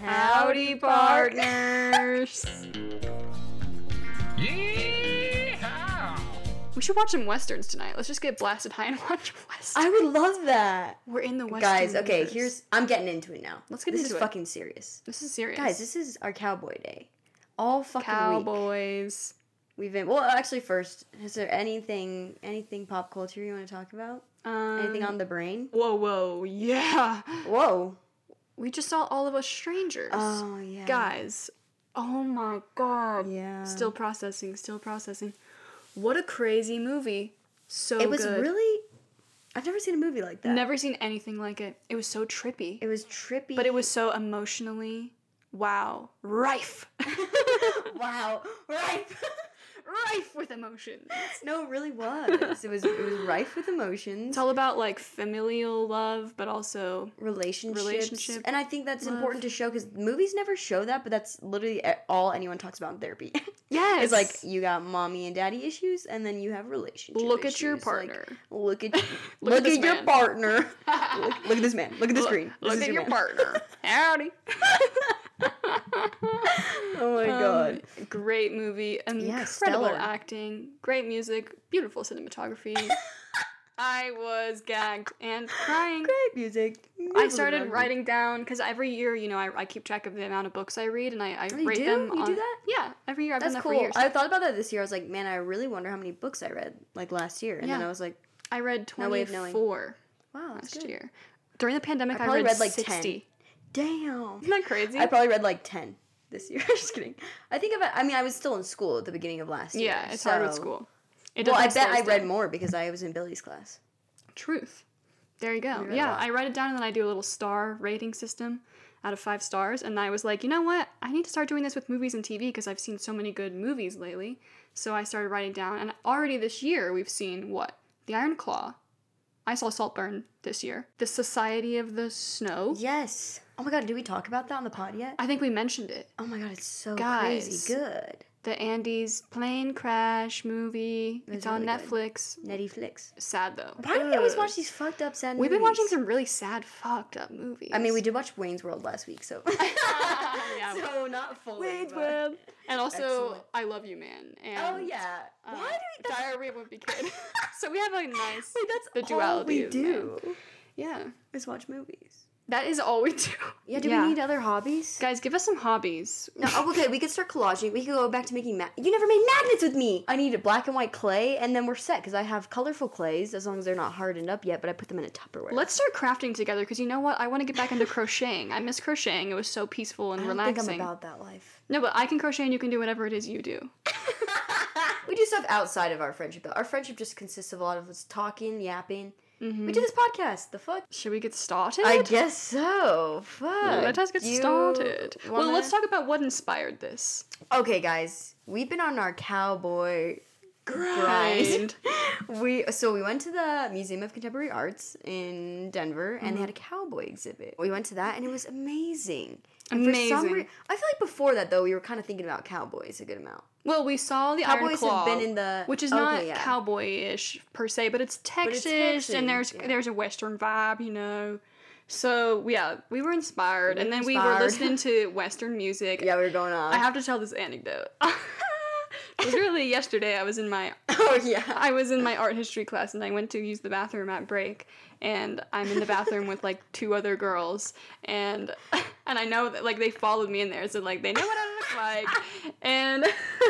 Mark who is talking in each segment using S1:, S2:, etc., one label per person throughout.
S1: Howdy, partners. we should watch some westerns tonight. Let's just get blasted high and watch westerns.
S2: I would love that.
S1: We're in the western.
S2: Guys, okay,
S1: universe.
S2: here's I'm getting into it now.
S1: Let's get
S2: this
S1: into
S2: is
S1: it.
S2: fucking serious.
S1: this is serious.
S2: Guys, this is our cowboy day. All fucking week.
S1: Cowboys.
S2: We've been well actually first, is there anything anything pop culture you want to talk about?
S1: Um,
S2: Anything on the brain?
S1: Whoa, whoa, yeah.
S2: Whoa.
S1: We just saw all of us strangers.
S2: Oh yeah.
S1: Guys. Oh my god.
S2: Yeah.
S1: Still processing, still processing. What a crazy movie. So
S2: it was
S1: good.
S2: really I've never seen a movie like that.
S1: Never seen anything like it. It was so trippy.
S2: It was trippy.
S1: but it was so emotionally wow, rife.
S2: wow, right.
S1: rife with emotions.
S2: no, it really was. It was it was rife with emotions,
S1: It's all about like familial love, but also
S2: relationships,
S1: Relationship,
S2: and I think that's
S1: love.
S2: important to show because movies never show that. But that's literally a- all anyone talks about in therapy.
S1: yes.
S2: it's like you got mommy and daddy issues, and then you have relationship.
S1: look at your
S2: issues. Like,
S1: partner.
S2: look at
S1: Look
S2: look,
S1: at
S2: at,
S1: this
S2: your
S1: man.
S2: partner. look, look at this man. Look at the screen. This
S1: Look
S2: is
S1: at your
S2: man.
S1: partner. Howdy.
S2: Oh my
S1: Um,
S2: god.
S1: Great movie. Incredible
S2: stellar.
S1: acting. Great music. Beautiful cinematography. I was gagged and crying.
S2: Great music.
S1: I
S2: Beautiful
S1: started
S2: photography.
S1: writing down because every year, you know, I, I keep track of the amount of books I read and I, I
S2: Oh, you
S1: rate
S2: do?
S1: them.
S2: You do
S1: on-
S2: that?
S1: Yeah, every year. I've
S2: That's
S1: done that for
S2: cool.
S1: years.
S2: I thought about that this year. I was like, man, I really wonder how many books I read like last year. And then
S1: Yeah.
S2: I was like,
S1: I read
S2: No way of knowing.
S1: 24
S2: wow, that's
S1: last
S2: good.
S1: year. During the pandemic,
S2: I
S1: I,
S2: probably
S1: read,
S2: read,
S1: like
S2: like,
S1: 60.
S2: 10. Damn.
S1: Isn't that crazy?
S2: I probably read like 10 this year. Just kidding. I think about, I mean, I was still in school at the beginning of last year.
S1: yeah, it's hard with
S2: so-
S1: school. It
S2: Well, I
S1: definitely
S2: bet I
S1: slows
S2: read
S1: down.
S2: more because I was in Billy's class.
S1: Truth. There you go.
S2: We read
S1: Yeah,
S2: that.
S1: I write it down and then I do a little star rating system out of five stars. And I was like, you know what? I need to start doing this with movies and TV because I've seen so many good movies lately. So I started writing down. And already this year, we've seen what? The Iron Claw. I saw Saltburn this year. The Society of the Snow.
S2: Yes. Oh my God, did we talk about that on the pod yet?
S1: I think we mentioned it.
S2: Oh my God, it's so
S1: Guys.
S2: crazy good.
S1: The Andes plane crash movie.
S2: was
S1: It's on
S2: really good.
S1: Netflix.
S2: Netty Flicks.
S1: Sad though.
S2: Why do we always
S1: Ugh.
S2: watch these fucked up sad
S1: We've been watching
S2: movies?
S1: some really sad, fucked up movies.
S2: I mean, we did watch Wayne's World last week, so.
S1: Yeah.
S2: So not fully.
S1: Wayne's
S2: but-
S1: World. And also,
S2: Excellent.
S1: I Love You Man.
S2: Oh
S1: And,
S2: yeah.
S1: uh,
S2: Why do we? That's,
S1: Diary of a Wimpy Kid. so we have a nice.
S2: wait, that's
S1: the duality
S2: all we
S1: is man.
S2: do
S1: Yeah.
S2: is watch movies.
S1: That is all we do.
S2: Yeah. Do we need other hobbies?
S1: Guys, give us some hobbies.
S2: No. oh, okay, we could start collaging. We could go back to making. Ma- you never made magnets with me. I need a black and white clay, and then we're set because I have colorful clays as long as they're not hardened up yet. But I put them in a Tupperware.
S1: Let's start crafting together because you know what? I want to get back into crocheting. I miss crocheting. It was so peaceful and
S2: I don't
S1: relaxing.
S2: think I'm about that life.
S1: no, but I can crochet and you can do whatever it is you do.
S2: We do stuff outside of our friendship though. Our friendship just consists of a lot of us talking, yapping.
S1: Mm-hmm.
S2: We do this podcast. The fuck.
S1: Should we get started?
S2: I guess so. Fuck.
S1: Let us get
S2: You
S1: started. Well,
S2: wanna-
S1: let's talk about what inspired this.
S2: Okay, guys, we've been on our cowboy
S1: Grind.
S2: grind. we so we went to the Museum of Contemporary Arts in Denver, and they had a
S1: Mm-hmm.
S2: cowboy exhibit. We went to that, and it was amazing. And
S1: Amazing.
S2: I feel like before that though, we were kind of thinking about cowboys a good amount.
S1: Well, we saw the Iron
S2: Cowboys
S1: Claw,
S2: have been in the
S1: which is
S2: okay,
S1: not
S2: yeah.
S1: cowboy-ish per se, but it's
S2: it's
S1: Texas,
S2: Texan,
S1: and there's
S2: yeah.
S1: there's a Western vibe, you know. So yeah, we were inspired, and
S2: were
S1: then we were
S2: inspired.
S1: listening to Western music.
S2: Yeah, we were going on.
S1: I have to tell this anecdote. Literally yesterday, I was in my
S2: oh yeah.
S1: I was in my art history class and I went to use the bathroom at break and I'm in the bathroom with like two other girls and and I know that like they followed me in there so like they know what I look like and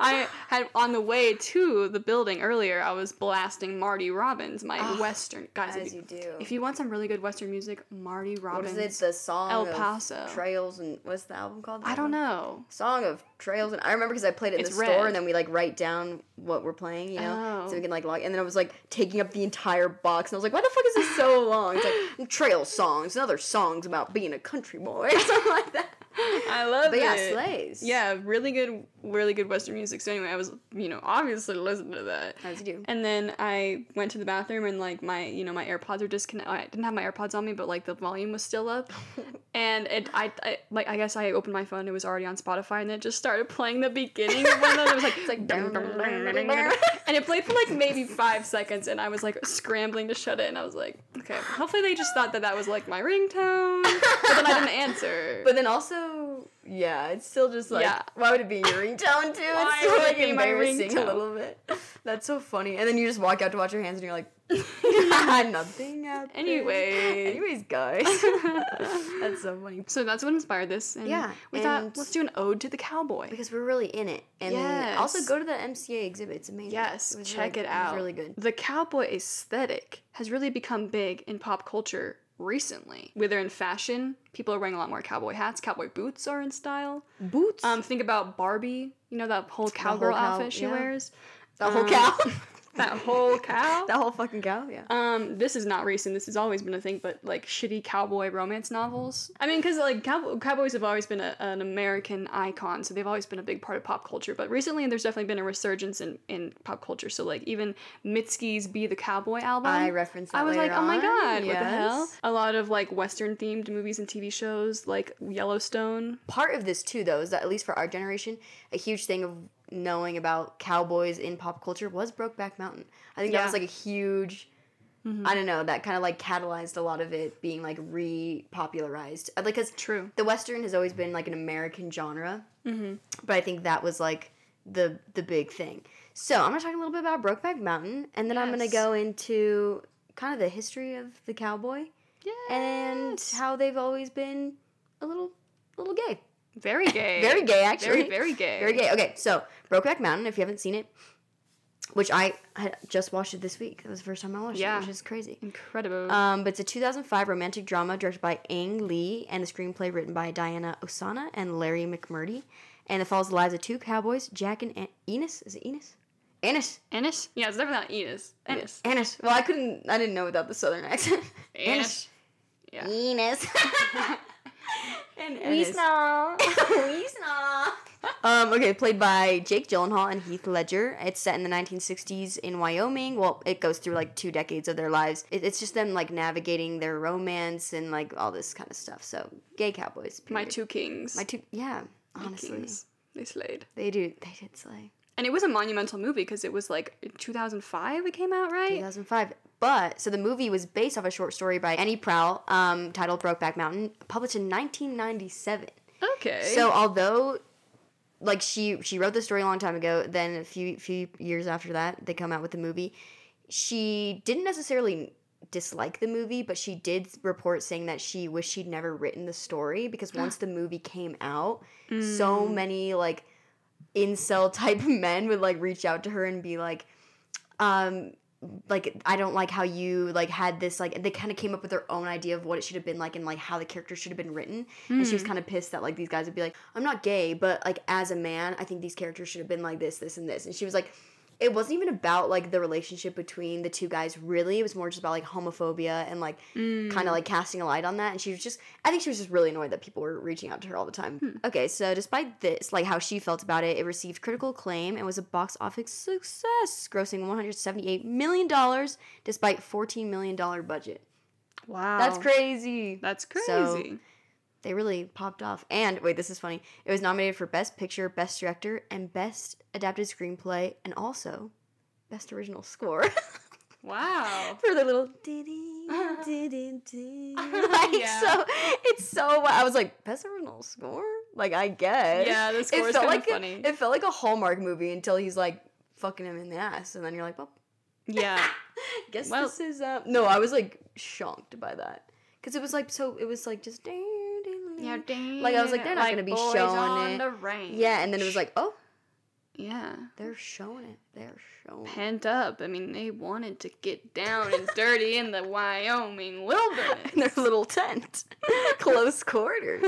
S1: I had on the way to the building earlier I was blasting Marty Robbins my western guys if
S2: Ah, As
S1: you,
S2: you do.
S1: if you want some really good western music Marty
S2: what
S1: Robbins
S2: is it? The song
S1: El
S2: of
S1: Paso.
S2: Trails and what's the album called?
S1: I don't know
S2: song of trails and I remember because I played it in
S1: It's
S2: the store
S1: red.
S2: and then we like write down what we're playing, you know, so
S1: Oh.
S2: we can like log. And then I was like taking up the entire box and I was like, why the fuck is this so long? It's like trail songs and other songs about being a country boy or something like that.
S1: I love
S2: But yeah,
S1: it.
S2: slays.
S1: Yeah, really good, really good Western music. So anyway, I was, you know, obviously listening to that.
S2: As you do.
S1: And then I went to the bathroom and like my, you know, my AirPods are disconnected. I didn't have my AirPods on me, but like the volume was still up. and it I, I like I guess I opened my phone. It was already on Spotify, and it just started playing the beginning of one of those. It was like it's like dum, dum, dum, dum, dum, dum. and it played for like maybe five seconds, and I was like scrambling to shut it. And I was like, okay, hopefully they just thought that that was like my ringtone, but then I didn't answer.
S2: But then also, yeah, it's still just like,
S1: Yeah.
S2: why would it be your ringtone too?
S1: Why
S2: It's still
S1: would it
S2: like
S1: be my
S2: embarrassing a
S1: ringtone?
S2: little bit. That's so funny. And then you just walk out to wash your hands and you're like, nothing happened.
S1: Anyway.
S2: Anyways, guys. That's so funny.
S1: so that's what inspired this. And
S2: Yeah,
S1: we thought
S2: and-
S1: let's do an ode to the cowboy.
S2: Because we're really in it. And
S1: Yes.
S2: also go to the MCA exhibit. It's amazing.
S1: Yes,
S2: It was
S1: check
S2: really-
S1: it out.
S2: was really good.
S1: The cowboy aesthetic has really become big in pop culture recently. Whether in fashion, people are wearing a lot more cowboy hats, cowboy boots are in style.
S2: Boots.
S1: Um, think about Barbie, you know, that whole cowgirl
S2: cow,
S1: outfit she
S2: yeah.
S1: wears.
S2: the whole
S1: um,
S2: cow.
S1: That whole cow.
S2: the whole fucking cow, yeah.
S1: um, this is not recent. This has always been a thing, but like shitty cowboy romance novels. I mean, because like cow- cowboys have always been a, an American icon, so they've always been a big part of pop culture. But recently, there's definitely been a resurgence in, in pop culture. So like even Mitski's "Be the Cowboy" album,
S2: I referenced that
S1: I was like,
S2: later
S1: oh my
S2: on,
S1: god, what the hell?
S2: yes.
S1: A lot of like Western themed movies and TV shows, like Yellowstone.
S2: part of this too though is that at least for our generation a huge thing of knowing about cowboys in pop culture was brokeback mountain i think that
S1: Yeah.
S2: was like a huge i don't know that kind of like catalyzed a lot of it being like repopularized Uh, like because
S1: True.
S2: the western has always been like an american genre
S1: Mm-hmm.
S2: but i think that was like the the big thing so i'm gonna talk a little bit about brokeback mountain and then i'm gonna
S1: Yes.
S2: go into kind of the history of the cowboy
S1: Yeah.
S2: and how they've always been a little little gay
S1: Very gay.
S2: very gay actually
S1: Very very gay.
S2: very gay. Okay, so Brokeback Mountain, if you haven't seen it, which I had just watched it this week. That was the first time I watched
S1: Yeah.
S2: it, which is crazy.
S1: Incredible.
S2: Um, but it's a 2005 romantic drama directed by Ang Lee and the screenplay written by Diana Osana and Larry McMurdy. And it follows the lives of two cowboys, Jack and An- Enos. Is it Enos? Ennis.
S1: Ennis? Yeah, it's definitely not Enos. Ennis.
S2: Ennis. Well, I couldn't, I didn't know without the southern accent.
S1: Ennis. Yeah.
S2: Enos.
S1: And
S2: snow. we snow. Um, okay, played by Jake Gyllenhaal and Heath Ledger. It's set in the 1960s in Wyoming. Well, it goes through like two decades of their lives. It, it's just them like navigating their romance and like all this kind of stuff. So, gay cowboys.
S1: My
S2: period.
S1: two kings.
S2: my two, yeah, honestly,
S1: kings. They slayed.
S2: they do. They did slay.
S1: And it was a monumental movie because it was like 2005 it came out, right?
S2: 2005. But so the movie was based off a short story by Annie Prowl, um, titled Brokeback Mountain, published in 1997.
S1: Okay.
S2: So although like she she wrote the story a long time ago, then a few few years after that they come out with the movie. She didn't necessarily dislike the movie, but she did report saying that she wished she'd never written the story because once the movie came out, so many like incel type men would like reach out to her and be like um like I don't like how you like had this like they kind of came up with their own idea of what it should have been like and like how the character should have been written and she was kind of pissed that like these guys would be like I'm not gay but like as a man I think these characters should have been like this this and this and she was like it wasn't even about like the relationship between the two guys really it was more just about like homophobia and like kind of like casting a light on that and she was just i think she was just really annoyed that people were reaching out to her all the time okay so despite this like how she felt about it it received critical acclaim and was a box office success grossing 178 million dollars despite 14 million dollar budget
S1: wow.
S2: that's crazy
S1: That's crazy.
S2: So- they really popped off. And wait, this is funny. It was nominated for Best Picture, Best Director, and Best Adapted Screenplay, and also Best Original Score
S1: wow.
S2: for their little diddy diddy diddy. Like
S1: Yeah.
S2: so, it's so. wi- I was like, Best Original Score. Like I guess.
S1: Yeah, the score is
S2: felt
S1: kind
S2: like
S1: of funny.
S2: A, it felt like a Hallmark movie until he's like fucking him in the ass, and then you're like, well,
S1: yeah.
S2: guess
S1: Well-
S2: this is um. No, I was like shocked by that because it was like so. It was like just. Yeah, Like, I was like, they're not gonna be
S1: boys
S2: showing
S1: on
S2: it.
S1: The range.
S2: Yeah, and then it was like, oh,
S1: Yeah.
S2: they're showing it. They're showing. it.
S1: Pent up. I mean, they wanted to get down and dirty in the Wyoming wilderness.
S2: In their little tent, close quarters.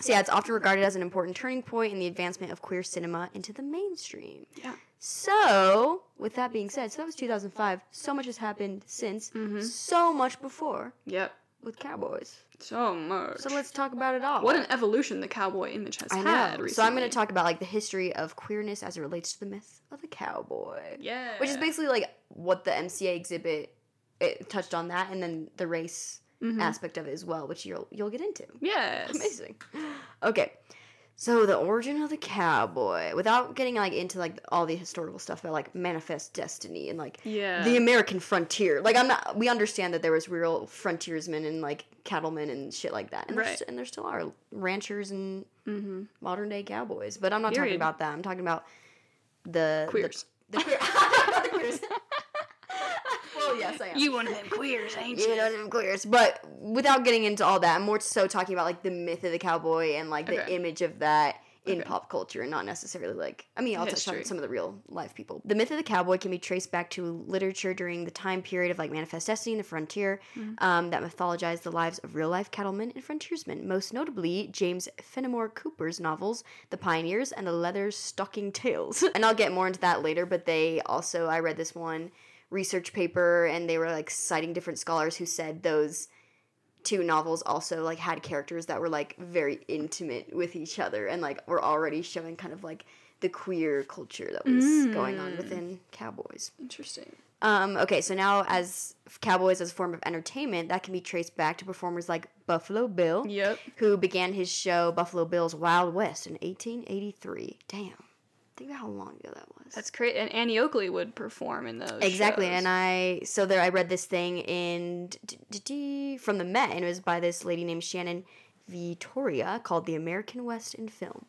S2: so yeah, it's often regarded as an important turning point in the advancement of queer cinema into the mainstream.
S1: Yeah.
S2: So, with that being said, so that was 2005. So much has happened since.
S1: Mm-hmm.
S2: So much before
S1: Yep.
S2: with cowboys.
S1: So much.
S2: So let's talk about it all.
S1: What an evolution the cowboy image has
S2: I
S1: had
S2: know.
S1: recently.
S2: So I'm going to talk about like the history of queerness as it relates to the myth of the cowboy.
S1: Yeah.
S2: which is basically like what the MCA exhibit it touched on that, and then the race aspect of it as well, which you'll you'll get into.
S1: Yes.
S2: Amazing. Okay. So the origin of the cowboy, without getting like into like all the historical stuff about like manifest destiny and like
S1: Yeah.
S2: the American frontier. Like I'm not. We understand that there was real frontiersmen and like cattlemen and shit like that, and,
S1: Right.
S2: there's, and there still are ranchers and
S1: mm-hmm.
S2: modern day cowboys. But I'm not talking
S1: Period.
S2: about that. I'm talking about the the-
S1: Queers.
S2: The, queer- the queers. well, yes, I am.
S1: You one of them queers, ain't
S2: You know, them queers. But without getting into all that, I'm more so talking about like the myth of the cowboy and like the
S1: Okay.
S2: image of that in
S1: Okay.
S2: pop culture and not necessarily like I mean I'll touch
S1: History.
S2: on some of the real life people. The myth of the cowboy can be traced back to literature during the time period of like manifest destiny and the frontier
S1: Mhm.
S2: um, that mythologized the lives of real life cattlemen and frontiersmen, most notably James Fenimore Cooper's novels The Pioneers and The Leather Stocking Tales. and I'll get more into that later, but they also I read this one research paper and they were like citing different scholars who said those two novels also like had characters that were like very intimate with each other and like were already showing kind of like the queer culture that was going on
S1: Mm.
S2: within cowboys.
S1: Interesting.
S2: Um, okay, so now as cowboys as a form of entertainment, that can be traced back to performers like Buffalo Bill,
S1: Yep.
S2: who began his show Buffalo Bill's Wild West in 1883. Damn, think about how long ago that was.
S1: That's great. And Annie Oakley would perform in those.
S2: Exactly,
S1: shows.
S2: and I so there I read this thing in d- d- d- from the Met, and it was by this lady named Shannon Vittoria called "The American West in Film,"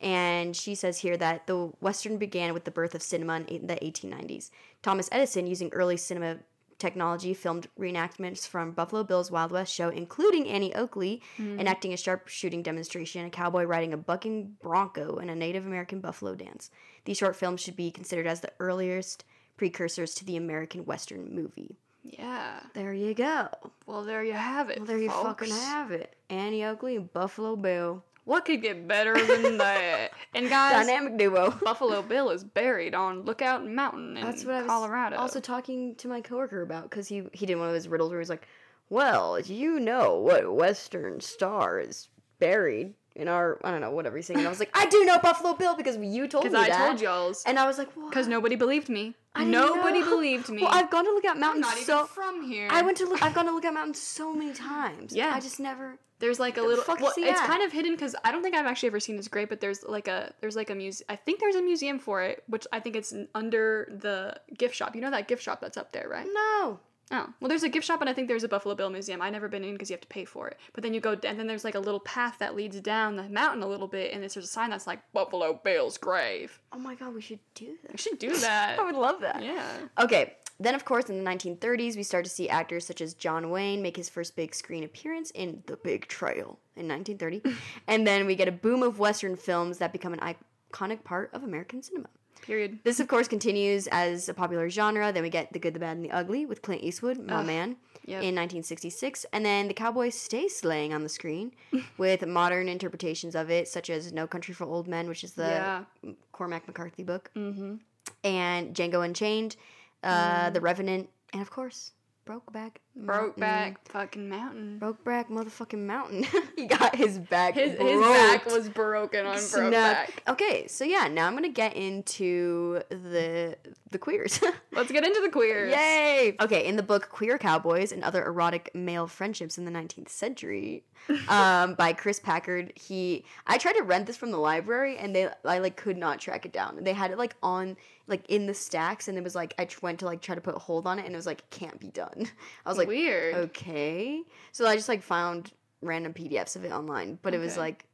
S2: and she says here that the Western began with the birth of cinema in eight- the 1890s. Thomas Edison, using early cinema technology, filmed reenactments from Buffalo Bill's Wild West show, including Annie Oakley enacting a sharpshooting demonstration, a cowboy riding a bucking bronco, and a Native American buffalo dance. These short films should be considered as the earliest precursors to the American Western movie.
S1: yeah.
S2: There you go.
S1: Well, there you have it.
S2: Well, there you fucking
S1: folks.
S2: have it. Annie Oakley and Buffalo Bill.
S1: What could get better than that? And guys,
S2: Dynamic duo.
S1: Buffalo Bill is buried on Lookout Mountain in
S2: That's what I was
S1: Colorado.
S2: also talking to my coworker about because he, he did one of his riddles where he's like, Well, you know what Western star is buried in our, I don't know, whatever he's saying. And I was like, I do know Buffalo Bill because you told me
S1: because I
S2: that.
S1: told y'alls.
S2: And I was like, What?
S1: Because nobody believed me.
S2: I didn't
S1: Nobody
S2: know.
S1: believed me.
S2: Well, I've gone to Lookout
S1: I'm
S2: Mountain
S1: not
S2: so.
S1: even from here.
S2: I went to look. I've gone to Lookout Mountain so many times.
S1: Yeah.
S2: I just never.
S1: There's like a
S2: The
S1: little.
S2: fuck
S1: well,
S2: is he
S1: it's
S2: at?
S1: kind of hidden because I don't think I've actually ever seen this great. But there's like a there's like a muse. I think there's a museum for it, which I think it's n- under the gift shop. You know that gift shop that's up there,
S2: Mm-hmm.
S1: right?
S2: No.
S1: Oh, well, there's a gift shop, and I think there's a Buffalo Bill museum. I never been in because you have to pay for it. But then you go, d- and then there's like a little path that leads down the mountain a little bit, and it's, there's a sign that's like Buffalo Bill's grave.
S2: Oh my god, we should do
S1: I
S2: that.
S1: should do that.
S2: I would love that.
S1: yeah.
S2: Okay. Then, of course, in the 1930s, we start to see actors such as John Wayne make his first big screen appearance in The Big Trail in 1930. and then we get a boom of Western films that become an iconic part of American cinema.
S1: Period.
S2: This, of course, continues as a popular genre. Then we get The Good, the Bad, and the Ugly with Clint Eastwood, my
S1: Ugh.
S2: man,
S1: Yep.
S2: in 1966. And then The Cowboy stays slaying on the screen with modern interpretations of it, such as No Country for Old Men, which is the
S1: yeah.
S2: Cormac McCarthy book,
S1: Mm-hmm.
S2: and Django Unchained, uh, The Revenant, and of course, Brokeback.
S1: Broke
S2: Mountain.
S1: back fucking mountain.
S2: Brokeback motherfucking mountain. he got his back.
S1: His, his
S2: broke.
S1: back was broken on broke
S2: Snap.
S1: back.
S2: Okay, so yeah, now I'm gonna get into the the queers.
S1: Let's get into the queers.
S2: Yay! Okay, in the book Queer Cowboys and Other Erotic Male Friendships in the 19th Century um, by Chris Packard, he I tried to rent this from the library and they I like could not track it down. They had it like on like in the stacks and it was like I tr- went to like try to put a hold on it and it was like can't be done. I was like "Oh,
S1: Weird.
S2: okay. So I just like found random PDFs of it online, but it was
S1: Okay.
S2: like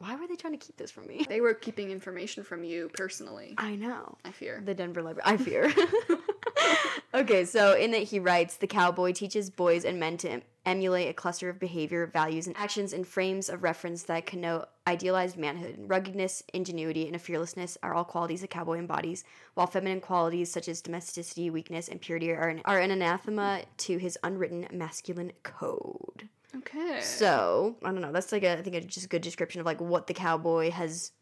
S2: why were they trying to keep this from me?
S1: They were keeping information from you personally.
S2: I know.
S1: I fear.
S2: The Denver Library. I fear. okay, so in it he writes the cowboy teaches boys and men to em- emulate a cluster of behavior, values, and actions and frames of reference that connote idealized manhood. Ruggedness, ingenuity, and a fearlessness are all qualities a cowboy embodies, while feminine qualities such as domesticity, weakness, and purity are an, are an anathema to his unwritten masculine code.
S1: Okay.
S2: So I don't know. That's like a I think a just good description of like what the cowboy has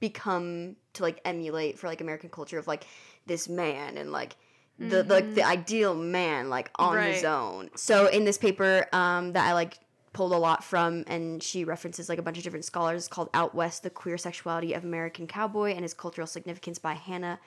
S2: become to like emulate for like American culture of like this man and like the like the ideal man like on his
S1: Right.
S2: own. So in this paper um, that I like pulled a lot from and she references like a bunch of different scholars it's called Out West: The Queer Sexuality of American Cowboy and His Cultural Significance by Hannah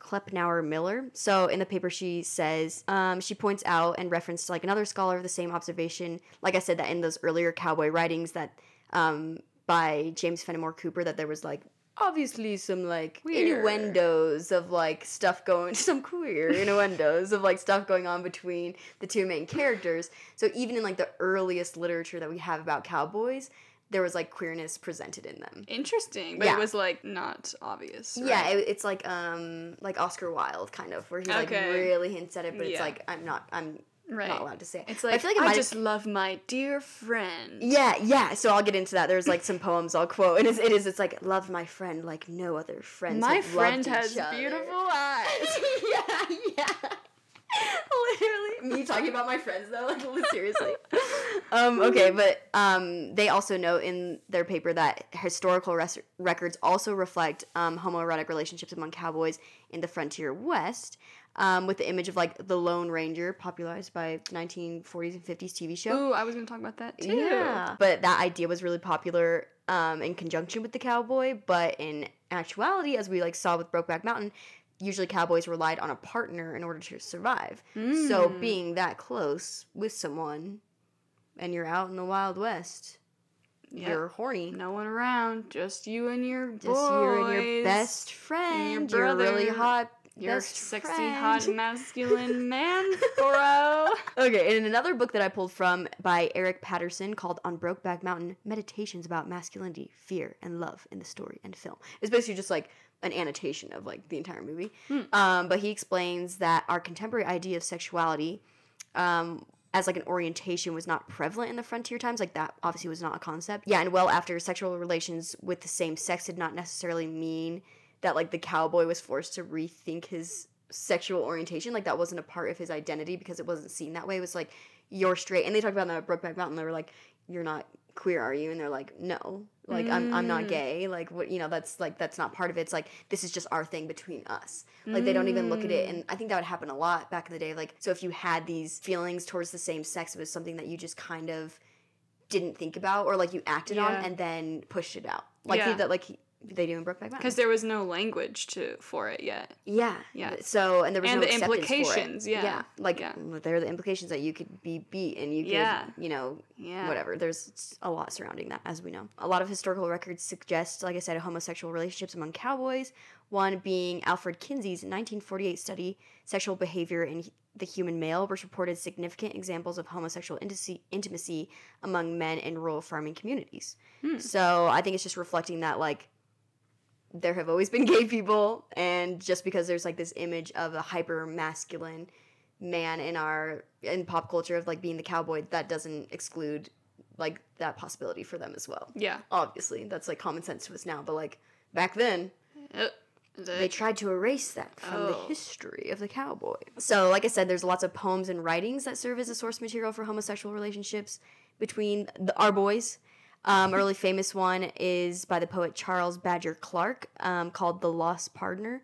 S2: Klepnauer Miller. So in the paper, she says um, she points out and referenced like another scholar of the same observation. Like I said, that in those earlier cowboy writings that um, by James Fenimore Cooper, that there was like obviously some like
S1: Weird.
S2: innuendos of like stuff going some queer innuendos of like stuff going on between the two main characters. So even in like the earliest literature that we have about cowboys, there was like queerness presented in them.
S1: Interesting, but
S2: Yeah.
S1: it was like not obvious.
S2: Yeah,
S1: right?
S2: it, it's like um like Oscar Wilde kind of where he like
S1: Okay.
S2: really hints at it, but it's
S1: Yeah.
S2: like I'm not I'm
S1: right.
S2: not allowed to say. It.
S1: It's
S2: But
S1: like I,
S2: I feel like it might have-
S1: just love my dear friend.
S2: yeah, yeah. So I'll get into that. There's like some poems I'll quote, and it's, it is it's like love my friend like no other friends.
S1: my
S2: have loved
S1: friend
S2: each
S1: has
S2: other."
S1: beautiful eyes.
S2: yeah, yeah. Literally, me talking about my friends though, like seriously. um, okay, but um, they also note in their paper that historical res- records also reflect um, homoerotic relationships among cowboys in the frontier west, um, with the image of like the Lone Ranger, popularized by 1940s and 50s TV show.
S1: Ooh, I was gonna talk about that too.
S2: But that idea was really popular um, in conjunction with the cowboy. But in actuality, as we like saw with Brokeback Mountain, usually cowboys relied on a partner in order to survive. So
S1: Mm.
S2: being that close with someone, and you're out in the Wild West,
S1: Yep.
S2: you're horny.
S1: no one around, just you and your boys.
S2: Just you and your best
S1: and
S2: friend,
S1: your
S2: your, really
S1: brother,
S2: hot,
S1: your
S2: best
S1: sexy,
S2: friend.
S1: hot, masculine man, bro.
S2: Okay, and in another book that I pulled from by Eric Patterson called On Brokeback Mountain Meditations about Masculinity, Fear, and Love in the Story and Film. It's basically just like an annotation of like the entire movie.
S1: Hmm.
S2: Um, but he explains that our contemporary idea of sexuality um, as like an orientation was not prevalent in the frontier times. Like that obviously was not a concept. Yeah, and well after sexual relations with the same sex did not necessarily mean that like the cowboy was forced to rethink his sexual orientation. Like that wasn't a part of his identity because it wasn't seen that way. It was like you're straight, and they talked about that at Brokeback Mountain. They were like, "You're not queer, are you?" And they're like, "No, like I'm I'm not
S1: Mm.
S2: gay. Like what you know that's like that's not part of it. It's like this is just our thing between us." Like they don't even look at
S1: Mm.
S2: it. And I think that would happen a lot back in the day. Like, so if you had these feelings towards the same sex, it was something that you just kind of didn't think about or like you acted on
S1: Yeah.
S2: and then pushed it out. Like
S1: Yeah.
S2: that, like he- they do in Brokeback Mountain.
S1: because there was no language to for it yet.
S2: yeah,
S1: Yeah.
S2: So and there was
S1: And
S2: no
S1: the
S2: acceptance for it.
S1: implications, yeah.
S2: like
S1: Yeah.
S2: there are the implications that you could be beat and you could,
S1: Yeah.
S2: you know,
S1: Yeah.
S2: whatever. There's a lot surrounding that, as we know. A lot of historical records suggest, like I said, homosexual relationships among cowboys. One being Alfred Kinsey's 1948 study, Sexual Behavior in H- the Human Male, which reported significant examples of homosexual intimacy, intimacy among men in rural farming communities.
S1: Hmm.
S2: So I think it's just reflecting that, like, there have always been gay people, and just because there's like this image of a hyper masculine man in our in pop culture of like being the cowboy that doesn't exclude like that possibility for them as well
S1: Yeah.
S2: obviously that's like common sense to us now but like back then
S1: Uh,
S2: they tried to erase that from the
S1: Oh.
S2: history of the cowboy so like i said there's lots of poems and writings that serve as a source material for homosexual relationships between the, our boys um, a really famous one is by the poet charles badger clark um, called the lost partner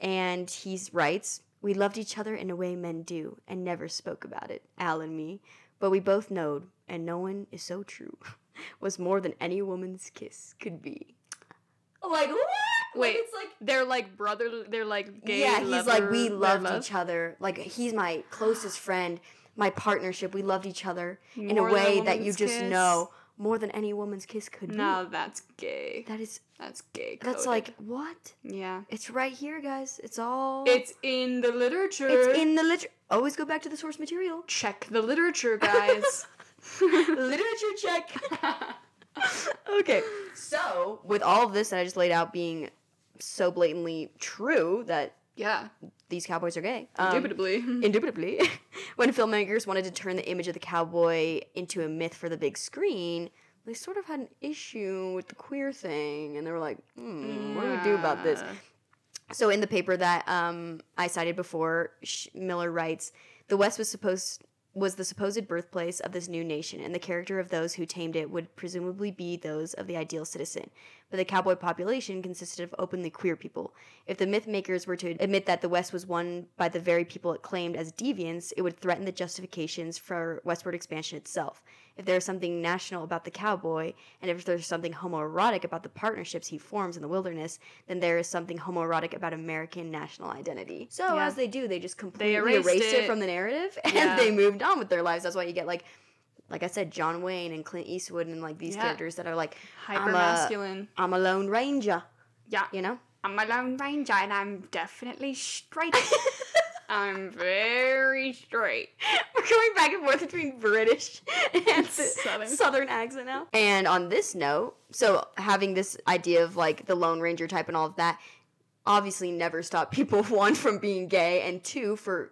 S2: and he writes, We loved each other in a way men do and never spoke about it, Al and me, but we both knowed, and knowing is so true, was more than any woman's kiss could be. Like, what?
S1: Wait.
S2: it's like,
S1: they're like brother. They're like gay.
S2: yeah, he's like, We
S1: love
S2: loved each other. Like, he's my closest friend, my partnership. We loved each other in a
S1: More than a
S2: way that you
S1: woman's
S2: just
S1: kiss.
S2: know more than any woman's kiss could
S1: No, that's gay.
S2: be. That is,
S1: That's gay.
S2: that's
S1: coded.
S2: like, what?
S1: yeah.
S2: It's right here, guys. It's all.
S1: It's in the literature.
S2: It's in the literature. Always go back to the source material.
S1: Check the literature, guys.
S2: literature check. okay. So, with all of this that I just laid out being so blatantly true that
S1: yeah,
S2: these cowboys are gay, um,
S1: indubitably.
S2: indubitably, when filmmakers wanted to turn the image of the cowboy into a myth for the big screen, they sort of had an issue with the queer thing, and they were like, hmm, what do we do about this?
S1: Yeah.
S2: So in the paper that um, I cited before, Sh- Miller writes, "The West was supposed was the supposed birthplace of this new nation, and the character of those who tamed it would presumably be those of the ideal citizen. But the cowboy population consisted of openly queer people. If the myth makers were to admit that the West was won by the very people it claimed as deviants, it would threaten the justifications for westward expansion itself. if there's something national about the cowboy, and if there's something homoerotic about the partnerships he forms in the wilderness, then there is something homoerotic about American national identity. So
S1: Yeah.
S2: as they do, they just completely
S1: erased
S2: erased, it.
S1: it.
S2: from the narrative,
S1: Yeah.
S2: and they moved on with their lives. That's why you get like, like I said, John Wayne and Clint Eastwood and like these
S1: Yeah.
S2: characters that are like,
S1: Hyper masculine.
S2: I'm a lone ranger,
S1: Yeah.
S2: you know.
S1: I'm a lone ranger and I'm definitely straight. I'm very straight.
S2: We're going back and forth between British and
S1: Southern.
S2: southern. accent now. And on this note, so having this idea of like the Lone Ranger type and all of that obviously never stopped people, one, from being gay, and two, for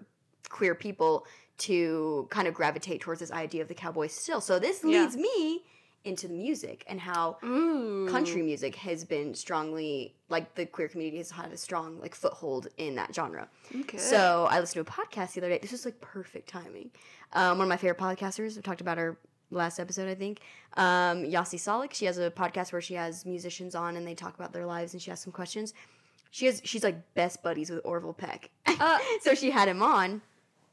S2: queer people to kind of gravitate towards this idea of the cowboy still. So this
S1: Yeah.
S2: leads me into music and how
S1: Ooh.
S2: country music has been strongly like the queer community has had a strong like foothold in that genre.
S1: Okay.
S2: So I listened to a podcast the other day. This was like perfect timing. Um, one of my favorite podcasters. We talked about her last episode, I think. Um, Yasi Salik. She has a podcast where she has musicians on and they talk about their lives and she has some questions. She has she's like best buddies with Orville Peck,
S1: Uh,
S2: so she had him on,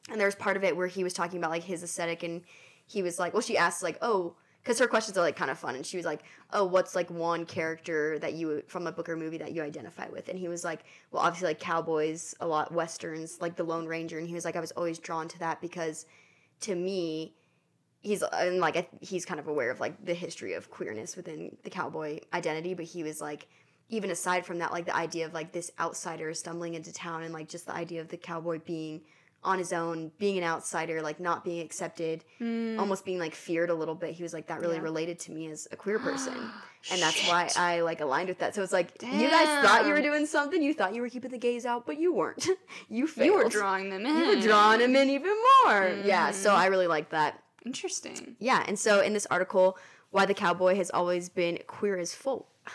S2: and there was part of it where he was talking about like his aesthetic and he was like, well, she asked like, oh. Because her questions are like kind of fun, and she was like, "Oh, what's like one character that you from a book or movie that you identify with?" And he was like, well obviously like cowboys a lot westerns like the lone ranger and he was like i was always drawn to that because to me he's and like I, he's kind of aware of like the history of queerness within the cowboy identity but he was like even aside from that like the idea of like this outsider stumbling into town and like just the idea of the cowboy being on his own being an outsider like not being accepted
S1: mm.
S2: almost being like feared a little bit he was like that really
S1: Yeah.
S2: related to me as a queer person and that's why I like aligned with that. So it's like you
S1: Damn.
S2: guys thought you were doing something, you thought you were keeping the gays out, but you weren't. you failed.
S1: you were drawing them in.
S2: You were drawing them in even more. Yeah. So
S1: Mhm.
S2: I really like that.
S1: Interesting.
S2: Yeah. And so in this article, why the cowboy has always been queer as folk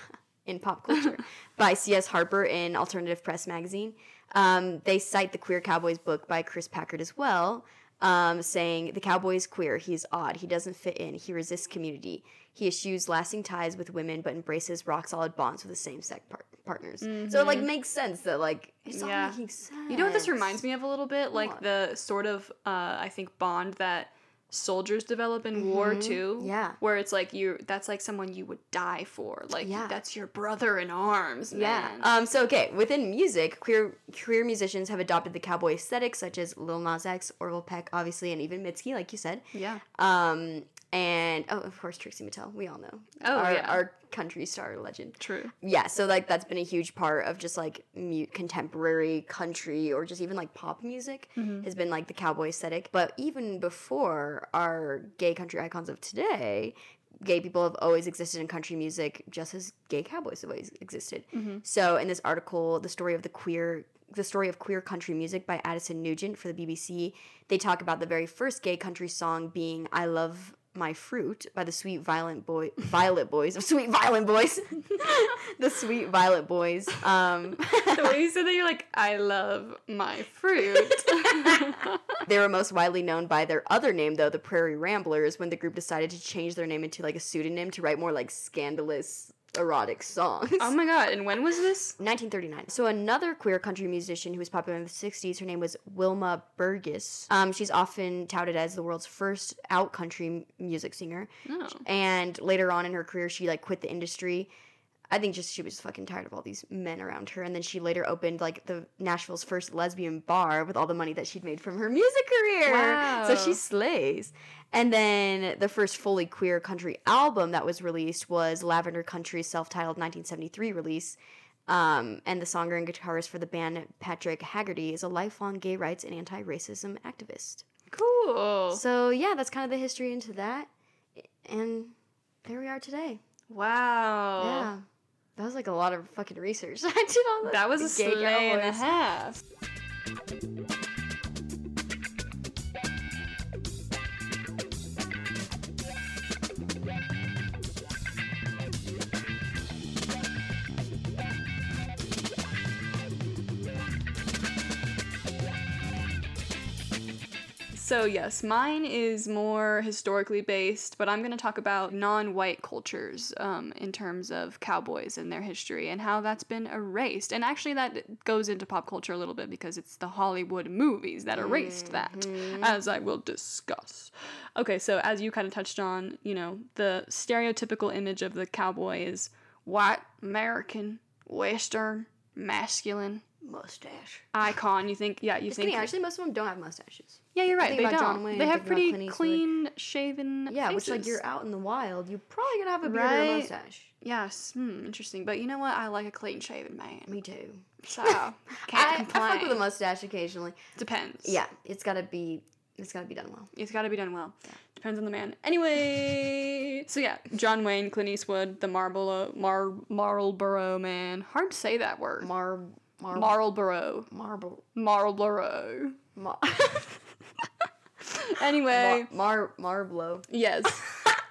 S2: in pop culture by C.S. Harper in Alternative Press magazine. Um, they cite the Queer Cowboys book by Chris Packard as well, um, saying the cowboy is queer. He's odd. He doesn't fit in. He resists community. He eschews lasting ties with women, but embraces rock solid bonds with the same sex par- partners. So it like makes sense that like it's
S1: Mm-hmm. Yeah.
S2: all making sense.
S1: You know what this reminds me of a little bit? Like
S2: What?
S1: the sort of, uh, I think, bond that soldiers develop in war
S2: Mhm.
S1: too.
S2: Yeah.
S1: Where it's like you, that's like someone you would die for. Like
S2: Yeah.
S1: that's your brother in arms, man.
S2: Yeah. Um, so okay, within music, queer queer musicians have adopted the cowboy aesthetic, such as Lil Nas X, Orville Peck, obviously, and even Mitski, like you said.
S1: yeah.
S2: Um, and oh, of course, Trixie Mattel. We all know.
S1: Oh,
S2: our,
S1: yeah.
S2: our country star legend.
S1: True.
S2: Yeah, so like that's been a huge part of just like mu- contemporary country or just even like pop music
S1: Mhm.
S2: has been like the cowboy aesthetic. But even before our gay country icons of today, gay people have always existed in country music just as gay cowboys have always existed.
S1: Mhm.
S2: So in this article, the story of the queer the story of queer country music by Addison Nugent for the BBC, they talk about the very first gay country song being I Love My Fruit by the Sweet Violent Boy Violet Boys. Sweet Violent Boys. the Sweet Violet Boys. Um
S1: the way you said that, you're like, I love my fruit.
S2: They were most widely known by their other name, though, the Prairie Ramblers, when the group decided to change their name into like a pseudonym to write more like scandalous erotic songs.
S1: oh my god! And when was this?
S2: 1939. So another queer country musician who was popular in the 60s, her name was Wilma Burgess. Um, she's often touted as the world's first out country m- music singer.
S1: No.
S2: And later on in her career, she like quit the industry. I think just she was fucking tired of all these men around her. And then she later opened like the Nashville's first lesbian bar with all the money that she'd made from her music career. So
S1: Wow.
S2: she slays. And then the first fully queer country album that was released was Lavender Country's self-titled 1973 release. Um, and the songer and guitarist for the band, Patrick Haggerty, is a lifelong gay rights and anti-racism activist.
S1: Cool.
S2: So yeah, that's kind of the history into that, and there we are today.
S1: Wow.
S2: Yeah, that was like a lot of fucking research I did on
S1: That was a
S2: the
S1: slay
S2: gay
S1: and a
S2: cowboys.
S1: half. So, yes, mine is more historically based, but I'm going to talk about non white cultures um, in terms of cowboys and their history and how that's been erased. And actually, that goes into pop culture a little bit because it's the Hollywood movies that erased that, as I will discuss. Okay, so as you kind of touched on, you know, the stereotypical image of the cowboy is white, American, Western, masculine.
S2: Mustache.
S1: Icon, you think? Yeah, you
S2: Just
S1: think?
S2: kidding. Actually, most of them don't have mustaches.
S1: Yeah, you're right. They
S2: think
S1: don't.
S2: about John Wayne,
S1: they
S2: I
S1: have
S2: think about Clint
S1: pretty
S2: Eastwood.
S1: clean shaven.
S2: Yeah, which like
S1: faces.
S2: you're out in the wild, you're probably gonna have a beard or a
S1: Right.
S2: mustache.
S1: Yes, hmm, interesting. But you know what? I like a clean shaven man,
S2: Me too.
S1: so can't
S2: I, I
S1: complain.
S2: fuck with a mustache occasionally.
S1: Depends.
S2: Yeah, it's gotta be. It's gotta be done well.
S1: it's got to be done well. Depends on the man. Anyway, so yeah, John Wayne, Clint Eastwood, the Marlboro Mar Marlboro man. Hard to say that word.
S2: Mar mar mar
S1: Marlboro.
S2: marble
S1: Marlboro.
S2: mar
S1: Anyway,
S2: mar marblow
S1: yes.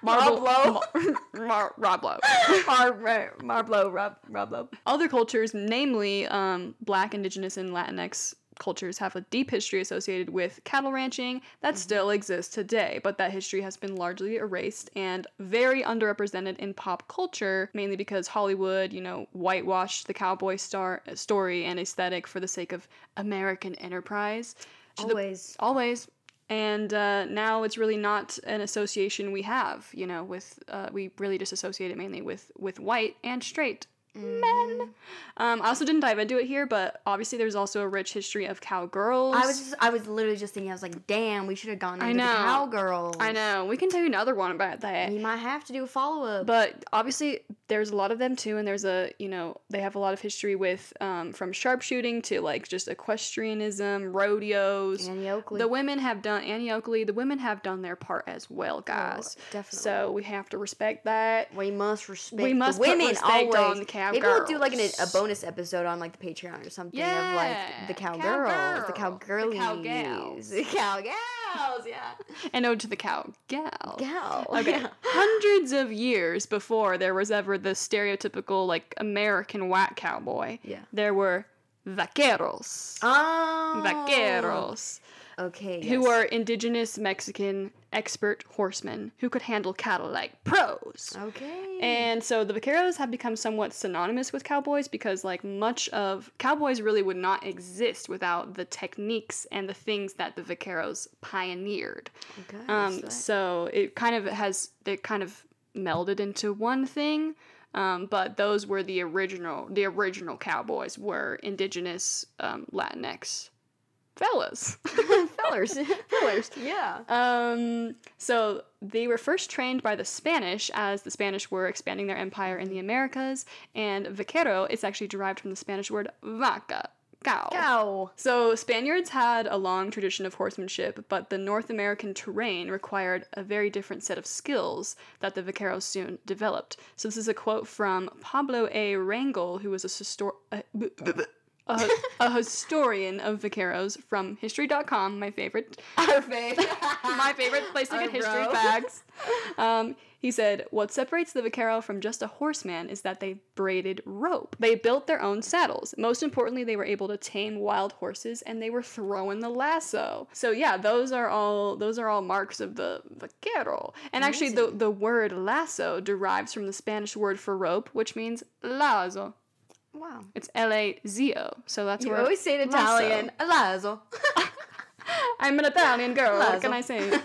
S2: Marlboro.
S1: Mar- Mar- Roblo.
S2: mar mar- marblow rob roblow.
S1: other cultures, namely um, Black, Indigenous, and Latinx cultures, have a deep history associated with cattle ranching that still exists today, but that history has been largely erased and very underrepresented in pop culture, mainly because Hollywood, you know, whitewashed the cowboy star story and aesthetic for the sake of American enterprise. To the-
S2: Always
S1: always and uh, now it's really not an association we have you know with uh, we really just associate it mainly with with white and straight
S2: Mm.
S1: men um, i also didn't dive into it here but obviously there's also a rich history of cowgirls
S2: I was just, I was literally just thinking I was like, damn, we should have gone into
S1: I
S2: the
S1: know.
S2: cowgirl.
S1: i know we can do another one about that
S2: You might have to do a follow up.
S1: but obviously there's a lot of them too and there's a you know they have a lot of history with um, from sharpshooting to like just equestrianism rodeos
S2: Annie Oakley.
S1: The women have done Annie Oakley. The women have done their part as
S2: Oh,
S1: well, guys.
S2: definitely.
S1: So we have to respect that.
S2: we must respect
S1: We must
S2: the
S1: put
S2: women
S1: respect
S2: always.
S1: on the
S2: Maybe we'll do like an, a
S1: cowgirls.
S2: bonus episode on like the Patreon or something of like the
S1: Yeah,
S2: cowgirls, the
S1: cowgirl, the
S2: cowgirlies, the cowgals, yeah,
S1: An ode to the cow. Gal.
S2: gal.
S1: Okay.
S2: yeah.
S1: Hundreds of years before there was ever the stereotypical like American white cowboy,
S2: Yeah.
S1: there were vaqueros.
S2: Oh.
S1: Vaqueros.
S2: Okay.
S1: Who
S2: yes.
S1: are indigenous Mexican expert horsemen who could handle cattle like pros.
S2: Oh. okay?
S1: And so the vaqueros have become somewhat synonymous with cowboys because, like, much of cowboys really would not exist without the techniques and the things that the vaqueros pioneered.
S2: Okay,
S1: Um,
S2: so-
S1: so it kind of has it kind of melded into one thing. Um, but those were the original. The original cowboys were indigenous um, Latinx fellas.
S2: fellers, fellers, yeah.
S1: Um, so they were first trained by the Spanish as the Spanish were expanding their empire in the Americas, and vaquero is actually derived from the Spanish word vaca, cow.
S2: Cow.
S1: So Spaniards had a long tradition of horsemanship, but the North American terrain required a very different set of skills that the vaqueros soon developed. So this is a quote from Pablo A. Rangel, who was a, histor- a, a, a historian of vaqueros from history.com, my favorite
S2: Our fave.
S1: my favorite place to
S2: Our
S1: get history
S2: bro.
S1: facts. Um, he said, What separates the vaquero from just a horseman is that they braided rope. They built their own saddles. Most importantly, they were able to tame wild horses and they were throwing the lasso. So yeah, those are all those are all marks of the vaquero. And actually the, the word lasso derives from the Spanish word for rope, which means lazo.
S2: Wow.
S1: It's L A Z O. So that's
S2: You
S1: where
S2: always say in
S1: lasso.
S2: Italian, lasso.
S1: I'm an Italian girl. What can
S2: Lasso.
S1: I say?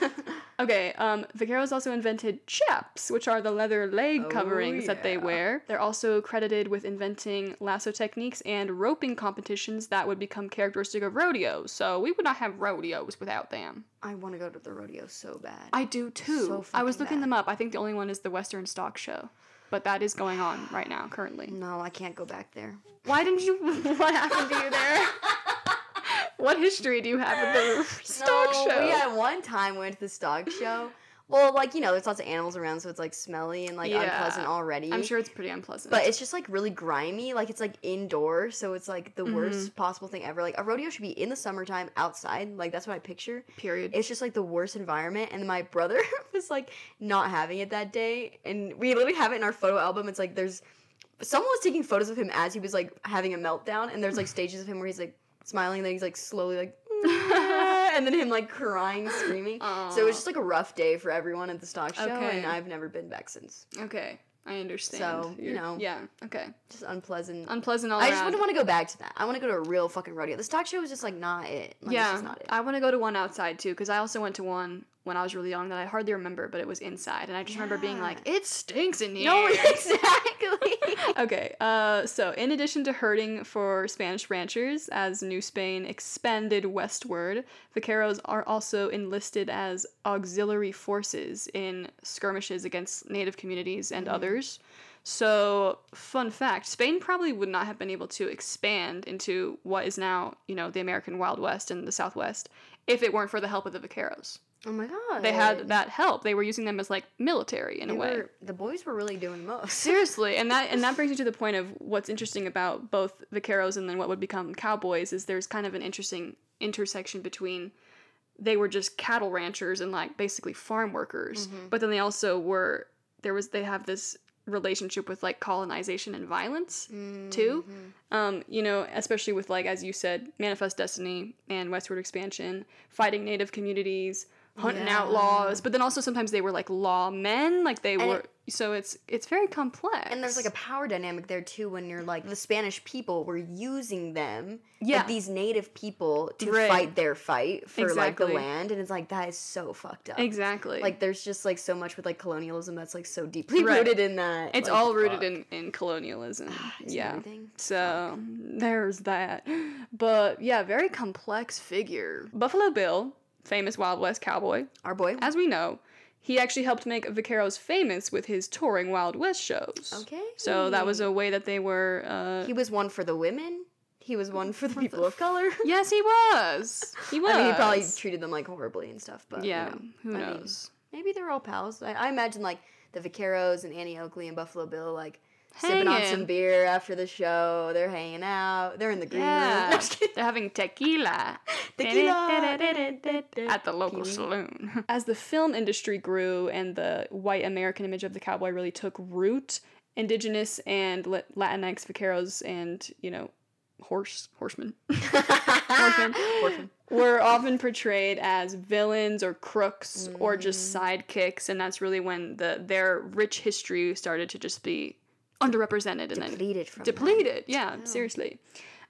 S1: Okay, um, vaqueros also invented chaps, which are the leather leg
S2: Oh,
S1: coverings that they
S2: yeah.
S1: wear. They're also credited with inventing lasso techniques and roping competitions that would become characteristic of rodeos. So we would not have rodeos without them.
S2: I want to go to the rodeo so bad.
S1: I do too.
S2: So
S1: I was
S2: fucking
S1: looking
S2: bad.
S1: them up. I think the only one is the Western Stock Show, but that is going on right now currently.
S2: no, I can't go back there.
S1: Why didn't you? What happened to you there? what history do you have with the stock
S2: no,
S1: show?
S2: We had one time went to the stock show. Well, like you know, there's lots of animals around, so it's like smelly and like
S1: Yeah.
S2: unpleasant already.
S1: I'm sure it's pretty unpleasant.
S2: But it's just like really grimy. Like it's like indoor, so it's like the
S1: Mm-hmm.
S2: worst possible thing ever. Like a rodeo should be in the summertime outside. Like that's what I picture.
S1: period.
S2: It's just like the worst environment. And my brother was like not having it that day, and we literally have it in our photo album. It's like there's someone was taking photos of him as he was like having a meltdown, and there's like stages of him where he's like smiling, and then he's like slowly like. and and then him like crying, screaming. So it was just like a rough day for everyone at the stock show,
S1: Okay.
S2: and I've never been back since.
S1: Okay, I understand.
S2: So, you
S1: You're-
S2: know.
S1: Yeah. Okay.
S2: Just unpleasant.
S1: Unpleasant all
S2: I just
S1: around.
S2: wouldn't want to go back to that. I want to go to a real fucking rodeo. This talk show was just like not it. Like, yeah,
S1: yeah,
S2: not it.
S1: I want to go to one outside too because I also went to one when I was really young that I hardly remember, but it was inside, and I just remember being like, "It stinks in here."
S2: no, exactly.
S1: okay, uh, so in addition to herding for Spanish ranchers as New Spain expanded westward, vaqueros are also enlisted as auxiliary forces in skirmishes against native communities
S2: Mm-hmm.
S1: and others. So, fun fact Spain probably would not have been able to expand into what is now, you know, the American Wild West and the Southwest if it weren't for the help of the vaqueros.
S2: oh my god,
S1: They had that help, they were using them as like military in
S2: They
S1: a way.
S2: were- the boys were really doing most.
S1: Seriously, and that and that brings you to the point of what's interesting about both vaqueros and then what would become cowboys is there's kind of an interesting intersection between they were just cattle ranchers and like basically farm workers,
S2: Mhm.
S1: but then they also were there was they have this relationship with like colonization and violence. Two?
S2: Mhm.
S1: Um, you know, especially with like as you said, manifest destiny and westward expansion, fighting native communities, hunting
S2: Yeah.
S1: outlaws, but then also sometimes they were like lawmen, like they
S2: And
S1: were so it's it's very complex.
S2: And there's like a power dynamic there too when you're like the Spanish people were using them, like,
S1: Yeah.
S2: these native people to
S1: Right.
S2: fight their fight for like the
S1: Exactly.
S2: land, and it's like that is so fucked up.
S1: Exactly.
S2: Like there's just like so much with like colonialism that's like so deeply
S1: Right.
S2: rooted in that.
S1: it's
S2: like,
S1: all rooted
S2: fuck.
S1: in in colonialism.
S2: Isn't
S1: yeah.
S2: everything?
S1: So there's that. But yeah, very complex figure. Buffalo Bill, famous Wild West cowboy,
S2: Our boy.
S1: as we know, he actually helped make vaqueros famous with his touring Wild West shows.
S2: Okay.
S1: So that was a way that they were. Uh,
S2: He was one for the women. He was one for the people of color.
S1: yes, he was. He was.
S2: I mean, he probably treated them like horribly and stuff, but you
S1: yeah.
S2: know.
S1: Who
S2: I mean,
S1: knows?
S2: maybe they're all pals. I, I imagine like the Vaqueros and Annie Oakley and Buffalo Bill like sipping on some
S1: Hanging.
S2: beer after the show. They're hanging out. They're in the green room. No,
S1: yeah.
S2: I'm just kidding.
S1: They're having tequila.
S2: Tequila.
S1: at the local
S2: Pee-wee.
S1: saloon. As the film industry grew and the white American image of the cowboy really took root, indigenous and La- Latinx vaqueros and, you know, horse horsemen Orphan.
S2: Orphan.
S1: were often portrayed as villains or crooks or just sidekicks and that's really when the their rich history started to just be underrepresented and then
S2: Depleted from
S1: depleted. Yeah, seriously.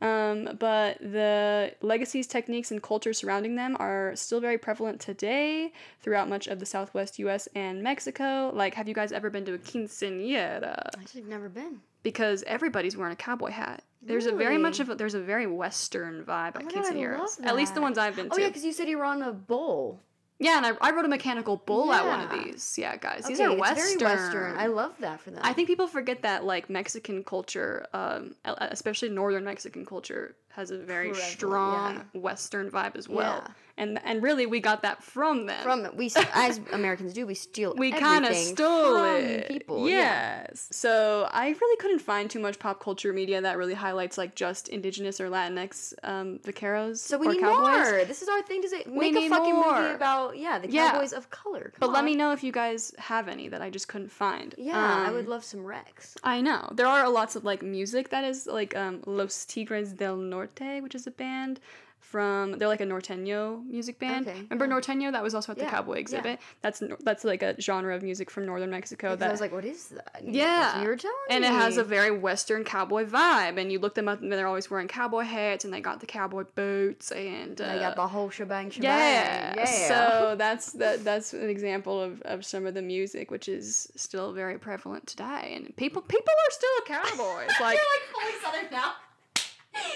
S1: Um, but the legacies, techniques, and culture surrounding them are still very prevalent today throughout much of the Southwest U.S. and Mexico. Like, have you guys ever been to a quinceañera?
S2: that. Actually, I've never been.
S1: Because everybody's wearing a cowboy hat. There's a very much of
S2: Really? Oh
S1: a, there's a very Western vibe at
S2: my God, I
S1: quinceañeras.
S2: love
S1: At least the
S2: that.
S1: ones I've been
S2: Oh
S1: to.
S2: yeah,
S1: Yeah,
S2: because you said you were on a bowl.
S1: and I, I rode a mechanical bull at one of
S2: Yeah.
S1: these. Yeah, guys, these
S2: Okay,
S1: are
S2: it's
S1: Western.
S2: very Western. I love that for them.
S1: I think people forget that like Mexican culture, um, e- especially northern Mexican culture, has a very
S2: Prevalent,
S1: strong
S2: yeah.
S1: Western vibe as well.
S2: Yeah.
S1: And and really, we got that from them.
S2: from we s- as Americans do, we steal.
S1: we kind of
S2: everything
S1: stole
S2: from
S1: it.
S2: People,
S1: Yes. So I really couldn't find too much pop culture media that really highlights like just indigenous or Latinx um, vaqueros
S2: So we
S1: or
S2: need
S1: cowboys.
S2: more. This is our thing to say.
S1: We
S2: Make
S1: need
S2: a fucking
S1: more.
S2: movie about yeah the
S1: Yeah.
S2: cowboys of color.
S1: But
S2: Come
S1: let
S2: on.
S1: me know if you guys have any that I just couldn't find.
S2: Yeah, I
S1: Um,
S2: would love some Rex.
S1: I know. There are lots of like music that is like um Los Tigres del Norte, which is a band from they're like a norteño music band.
S2: Okay,
S1: Remember norteño that was also at the
S2: Yeah,
S1: cowboy
S2: yeah.
S1: exhibit? That's nor- that's like a genre of music from northern Mexico
S2: Because I
S1: that
S2: was like, what is that? And
S1: Yeah.
S2: that's- you were telling
S1: and it has a
S2: me.
S1: very western cowboy vibe and you look them up and they're always wering cowboy hats and they got the cowboy boots and
S2: I
S1: uh,
S2: got the whole shebang, shebang.
S1: yeah.
S2: Yeah,
S1: So that's that that's an example of, of some of the music which is still very prevalent today. And people people are still cowboys. Like
S2: fully southern now.
S1: I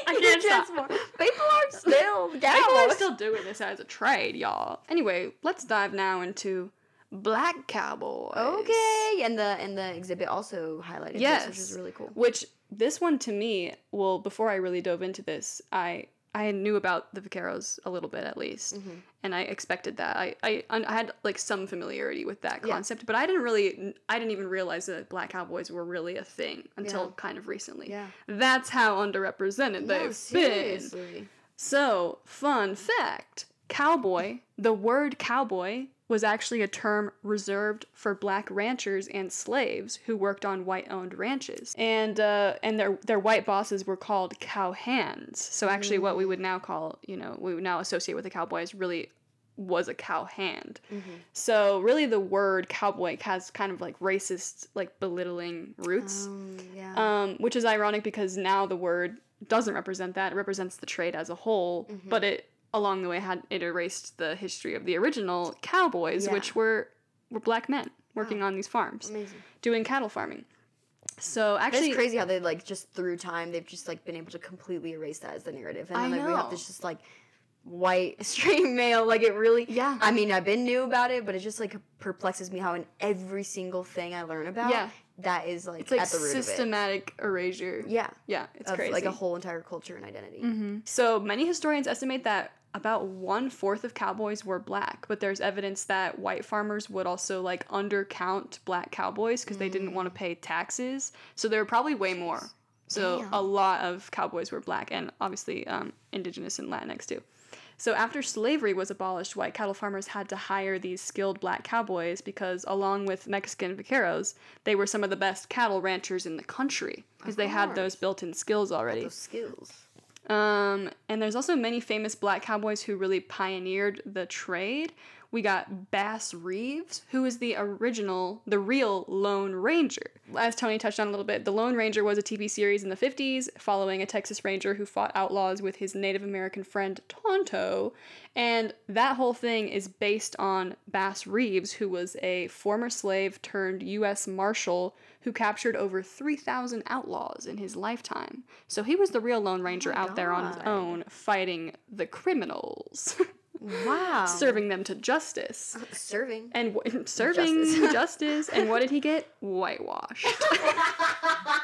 S2: You
S1: can't stop.
S2: transform. People are still
S1: People are
S2: cowboys.
S1: still doing this as a trade, y'all. Anyway, let's dive now into black cowboys.
S2: okay, and the and the exhibit also highlighted this, which
S1: Yes.
S2: is really cool.
S1: Which this one to me, well, before I really dove into this, I I knew about the vaqueros a little bit at least,
S2: Mhm.
S1: and I expected that. I I, I had like some familiarity with that
S2: Yeah.
S1: concept, but I didn't really I didn't even realize that black cowboys were really a thing until
S2: Yeah.
S1: kind of recently.
S2: Yeah,
S1: That's how underrepresented
S2: No,
S1: they've been.
S2: seriously.
S1: So, fun fact cowboy, the word cowboy was actually a term reserved for black ranchers and slaves who worked on white-owned ranches, and uh, and their their white bosses were called cow hands. So actually, what we would now call you know we would now associate with a cowboy is really was a cow hand.
S2: Mm-hmm.
S1: So really, the word cowboy has kind of like racist, like belittling roots
S2: Um, yeah.
S1: um, which is ironic because now the word doesn't represent that; it represents the trade as a whole.
S2: Mm-hmm.
S1: But it along the way had it erased the history of the original cowboys,
S2: Yeah.
S1: which were were black men working on these farms,
S2: Amazing.
S1: doing cattle farming. So
S2: It's
S1: actually,
S2: crazy how they like just through time they've just like been able to completely erase that as the narrative, and then
S1: I
S2: like we
S1: know.
S2: have this just like white straight male. Like it really.
S1: Yeah.
S2: I mean, I've been new about it, but it just like perplexes me how in every single thing I learn about,
S1: Yeah.
S2: that is like,
S1: it's like
S2: at the root of
S1: systematic erasure.
S2: it. Yeah.
S1: Yeah, it's
S2: of
S1: crazy. Mm-hmm.
S2: like a whole entire culture and identity.
S1: So many historians estimate that about one fourth of cowboys were black, but there's evidence that white farmers would also like undercount black cowboys because they didn't
S2: Mm.
S1: want to pay taxes. So there were probably way more. So
S2: Damn.
S1: a lot of cowboys were black, and obviously um, indigenous and Latinx too. So after slavery was abolished, white cattle farmers had to hire these skilled black cowboys because, along with Mexican vaqueros, they were some of the best cattle ranchers in the country because they had
S2: course.
S1: those built-in skills already.
S2: Those skills.
S1: Um, and there's also many famous black cowboys who really pioneered the trade. We got Bass Reeves, who is the original, the real Lone Ranger. As Tony touched on a little bit, the Lone Ranger was a TV series in the 50s following a Texas Ranger who fought outlaws with his Native American friend Tonto. And that whole thing is based on Bass Reeves, who was a former slave turned U.S. Marshal who captured over 3,000 outlaws in his lifetime. So he was the real Lone Ranger out there on his
S2: Oh God.
S1: own fighting the criminals,
S2: Wow.
S1: serving them to justice.
S2: Serving.
S1: And w- serving
S2: Justice.
S1: justice. And what did he get? Whitewashed.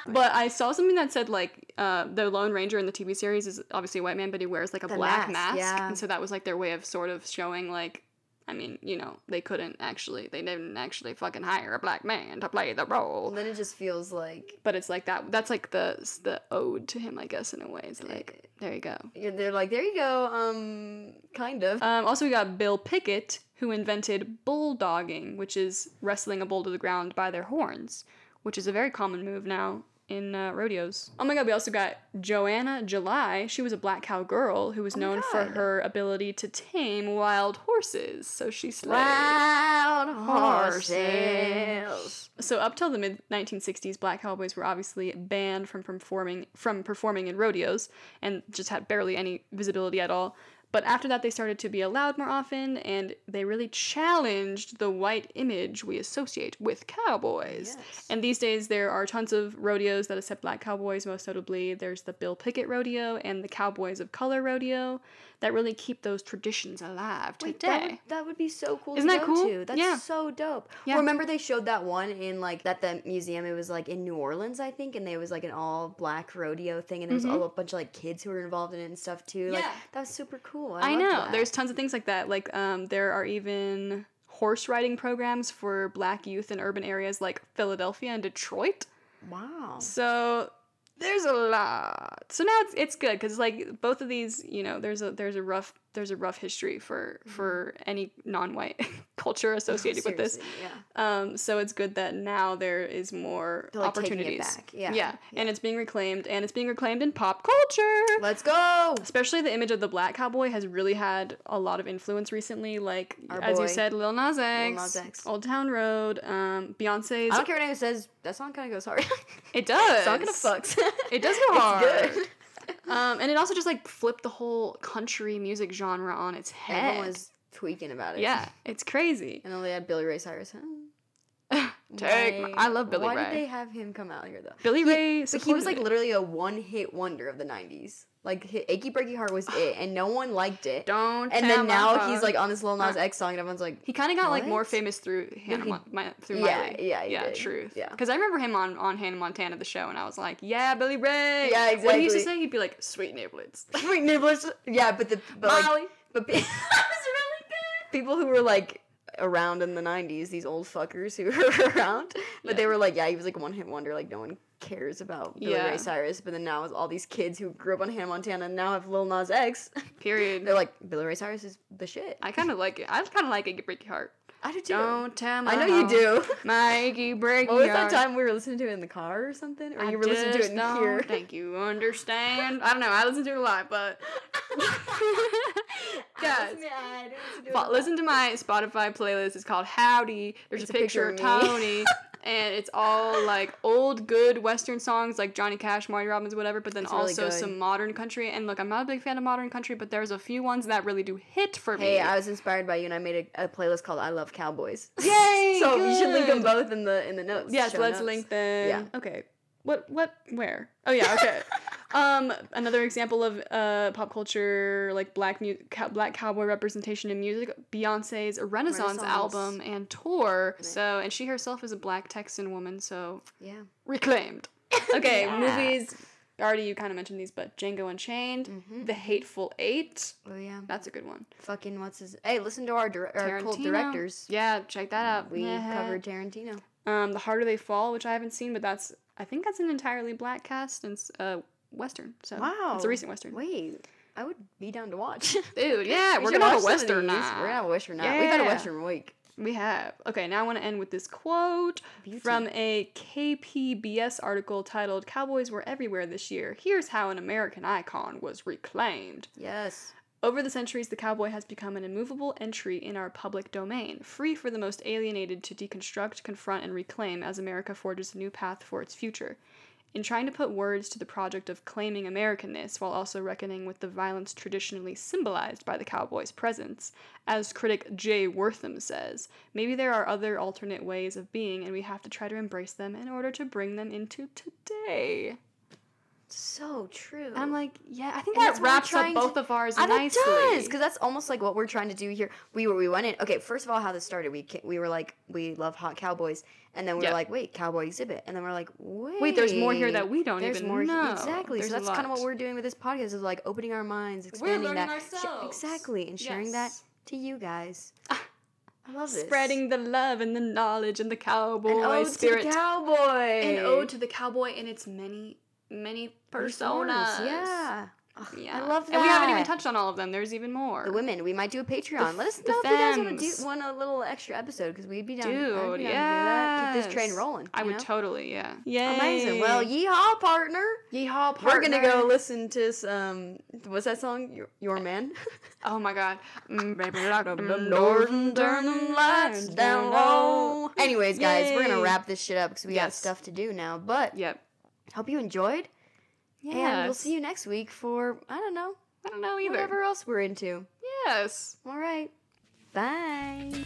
S1: but I saw something that said, like, uh, the Lone Ranger in the TV series is obviously a white man, but he wears, like, a
S2: The
S1: black
S2: mask,
S1: mask.
S2: yeah.
S1: And so that was, like, their way of sort of showing, like, I mean, you know, they couldn't actually, they didn't actually fucking hire a black man to play the role
S2: Well, then it just feels like
S1: but it's like that that's like the the ode to him i guess in a way it's like there you go
S2: you're, they're like, there you go. Um, kind of.
S1: um, also we got bill pickett who invented bulldogging which is wrestling a bull to the ground by their horns which is a very common move now in uh, rodeos oh my god we also got joanna july she was a black cow girl who was
S2: Oh my
S1: known for
S2: God.
S1: her ability to tame wild horses so she slayed
S2: Loud
S1: horses. So up till the mid 1960s, black cowboys were obviously banned from performing from performing in rodeos and just had barely any visibility at all. But after that, they started to be allowed more often, and they really challenged the white image we associate with cowboys.
S2: Yes.
S1: And these days, there are tons of rodeos that accept black cowboys. Most notably, there's the Bill Pickett Rodeo and the Cowboys of Color Rodeo that really keep those traditions alive today.
S2: Wait, that would, that would be so cool
S1: Isn't
S2: to
S1: that
S2: go
S1: cool?
S2: to. That's
S1: Yeah.
S2: so dope.
S1: Yeah.
S2: Remember they showed that one in like that the museum it was like in New Orleans I think and there was like an all black rodeo thing and there was all a bunch of like kids who were involved in it and stuff too. Like
S1: Mm-hmm. Yeah.
S2: that was super cool. I,
S1: I
S2: loved
S1: know.
S2: that.
S1: There's tons of things like that. Like um, there are even horse riding programs for black youth in urban areas like Philadelphia and Detroit.
S2: wow.
S1: So there's a lot. So now it's it's good cuz like both of these, you know, there's a there's a rough there's a rough history for
S2: Mm-hmm.
S1: for any non-white culture associated with this.
S2: Seriously, Yeah.
S1: Um, so it's good that now there is more
S2: They're, like, taking it
S1: opportunities.
S2: back. Yeah.
S1: yeah. And it's being reclaimed and it's being reclaimed in pop culture
S2: Let's go.
S1: especially the image of the black cowboy has really had a lot of influence recently. Like
S2: Our
S1: as
S2: boy.
S1: you said, Lil Nas X,
S2: Nas X.
S1: Old Town Road, um, Beyonce's.
S2: I don't care what anyone says. That song kind of goes hard.
S1: It does.
S2: It's not gonna fucks.
S1: It does go hard.
S2: It's good.
S1: Um, and it also just like flipped the whole country music genre on its head.
S2: Everyone was tweaking about it.
S1: yeah, it's crazy.
S2: And then they had Billy Ray Cyrus. Huh?
S1: Take my-
S2: Why-
S1: I love Billy
S2: why
S1: Ray.
S2: did they have him come out here though?
S1: Billy Ray.
S2: But he was like
S1: supported it.
S2: literally a one-hit wonder of the '90s. Like hi- "Achy Breaky Heart" was it, and no one liked it.
S1: don't.
S2: and
S1: tell
S2: then
S1: my
S2: now
S1: dog.
S2: he's like on this Lil Nas
S1: Uh,
S2: X song, and everyone's like,
S1: He kind of got like more
S2: What?
S1: famous through Hannah,
S2: he-
S1: Mon- my, through
S2: Yeah,
S1: Miley.
S2: yeah, he
S1: yeah,
S2: did.
S1: truth.
S2: Yeah.
S1: because I remember him on on Hannah Montana the show, and I was like, yeah, Billy Ray.
S2: Yeah,
S1: What he used to
S2: exactly.
S1: say, he'd be like, sweet niblets,
S2: "Wait, nibblers." Yeah, but the but like,
S1: Miley.
S2: but pe- people who were like around in the '90s, these old fuckers who were around, but they
S1: Yeah.
S2: were like, yeah, he was like a one-hit wonder. Like no one cares about Billy
S1: Yeah.
S2: Ray Cyrus. But then now it's all these kids who grew up on Hannah Montana and now have Lil Nas X.
S1: Period.
S2: They're like, Billy Ray Cyrus is the shit.
S1: I kind of like it. I kind of like it. Break your heart.
S2: I do too.
S1: Don't tell my
S2: I know you
S1: mom.
S2: do.
S1: Mikey breaking
S2: What was
S1: your
S2: that time we were listening to it in the car or something? Or
S1: I
S2: you were listening to it
S1: just
S2: in
S1: don't
S2: here?
S1: Think you understand? I don't know. I listen to it a lot, but guys, fo- listen to my Spotify playlist. It's called Howdy. There's
S2: It's
S1: a picture of
S2: me.
S1: Tony. And it's all like old good Western songs like Johnny Cash, Marty Robbins, whatever, but then
S2: It's really
S1: also
S2: good.
S1: some modern country. And look, I'm not a big fan of modern country, but there's a few ones that really do hit for me.
S2: Hey, I was inspired by you, and I made a, a playlist called "I Love Cowboys."
S1: Yay!
S2: so you should link them
S1: good.
S2: both in the in the notes.
S1: Yes,
S2: show
S1: let's
S2: notes.
S1: link them.
S2: Yeah.
S1: Okay. What what where? Oh yeah, okay. um another example of uh pop culture like black mu- cow- black cowboy representation in music, Beyoncé's Renaissance,
S2: Renaissance.
S1: album and tour.
S2: Nice.
S1: So, and she herself is a black Texan woman, so
S2: Yeah.
S1: reclaimed. Okay,
S2: Yeah.
S1: movies. Already you kind of mentioned these, but Django Unchained,
S2: Mhm.
S1: The Hateful 8.
S2: Oh yeah.
S1: That's a good one.
S2: Fucking what's his? Hey, listen to our dir- our cult
S1: Tarantino. Uh-huh.
S2: directors.
S1: Yeah, check that out.
S2: We
S1: Yeah.
S2: covered Tarantino.
S1: Um, The Harder They Fall, which I haven't seen, but that's I think that's an entirely black cast and s- uh, western. So it's a recent western.
S2: Wait, I would be down to watch.
S1: Dude, yeah,
S2: We
S1: we're
S2: should
S1: gonna have
S2: watch
S1: a
S2: some of
S1: western
S2: these.
S1: now.
S2: We're gonna have a western night. We've had a
S1: Yeah.
S2: western week.
S1: We have okay. Now I want to end with this quote
S2: Beauty.
S1: from a KPBS article titled "Cowboys Were Everywhere This Year." Here's how an American icon was reclaimed.
S2: Yes.
S1: Over the centuries, the cowboy has become an immovable entry in our public domain, free for the most alienated to deconstruct, confront, and reclaim as America forges a new path for its future. In trying to put words to the project of claiming Americanness while also reckoning with the violence traditionally symbolized by the cowboy's presence, as critic Jay Wortham says, maybe there are other alternate ways of being and we have to try to embrace them in order to bring them into today.
S2: So true.
S1: And I'm like, yeah, I think
S2: And that's
S1: that
S2: what we're
S1: wraps up
S2: trying to-
S1: both of ours
S2: I that
S1: nicely.
S2: does because that's almost like what we're trying to do here. We were we went in. Okay, first of all, how this started. We ca- we were like we love hot cowboys, and then we
S1: Yeah.
S2: were like wait cowboy exhibit, and then we're like wait
S1: Wait, there's more here that we don't
S2: there's
S1: even
S2: more
S1: know.
S2: exactly.
S1: There's
S2: so
S1: a
S2: that's kind of what
S1: lot.
S2: we're doing with this podcast is like opening our minds, expanding
S1: learning
S2: that sh-
S1: ourselves.
S2: exactly, and sharing
S1: Yes. Ah,
S2: that to you guys. I love this
S1: spreading the love and the knowledge and the cowboy
S2: an ode
S1: spirit.
S2: to the cowboy,
S1: An ode to the cowboy and its many, many personas.
S2: Yeah. Ugh,
S1: Yeah.
S2: I love that.
S1: And we haven't even touched on all of them. There's even more.
S2: the women. We might do a Patreon.
S1: The
S2: Let us
S1: f-
S2: know if
S1: the
S2: you guys want to
S1: femmes.
S2: do want a little extra episode because we'd be down. I'd
S1: Dude,
S2: be down to
S1: yeah.
S2: do that. Keep this train rolling.
S1: I
S2: you
S1: would
S2: know?
S1: totally, yeah. Yeah.
S2: Amazing. Well, yeehaw, partner.
S1: yeehaw, partner.
S2: We're gonna go listen to some. What's that song? Your, Your man.
S1: Oh my god. Mm, baby, lock them
S2: doors and turn them lights down low. Anyways, guys, we're gonna
S1: Yay.
S2: wrap this shit up because we have
S1: Yes.
S2: stuff to do now. But
S1: Yep.
S2: hope you enjoyed, and we'll
S1: Yes.
S2: see you next week for I don't know
S1: I don't know either.
S2: whatever else we're into.
S1: Yes.
S2: All right, bye.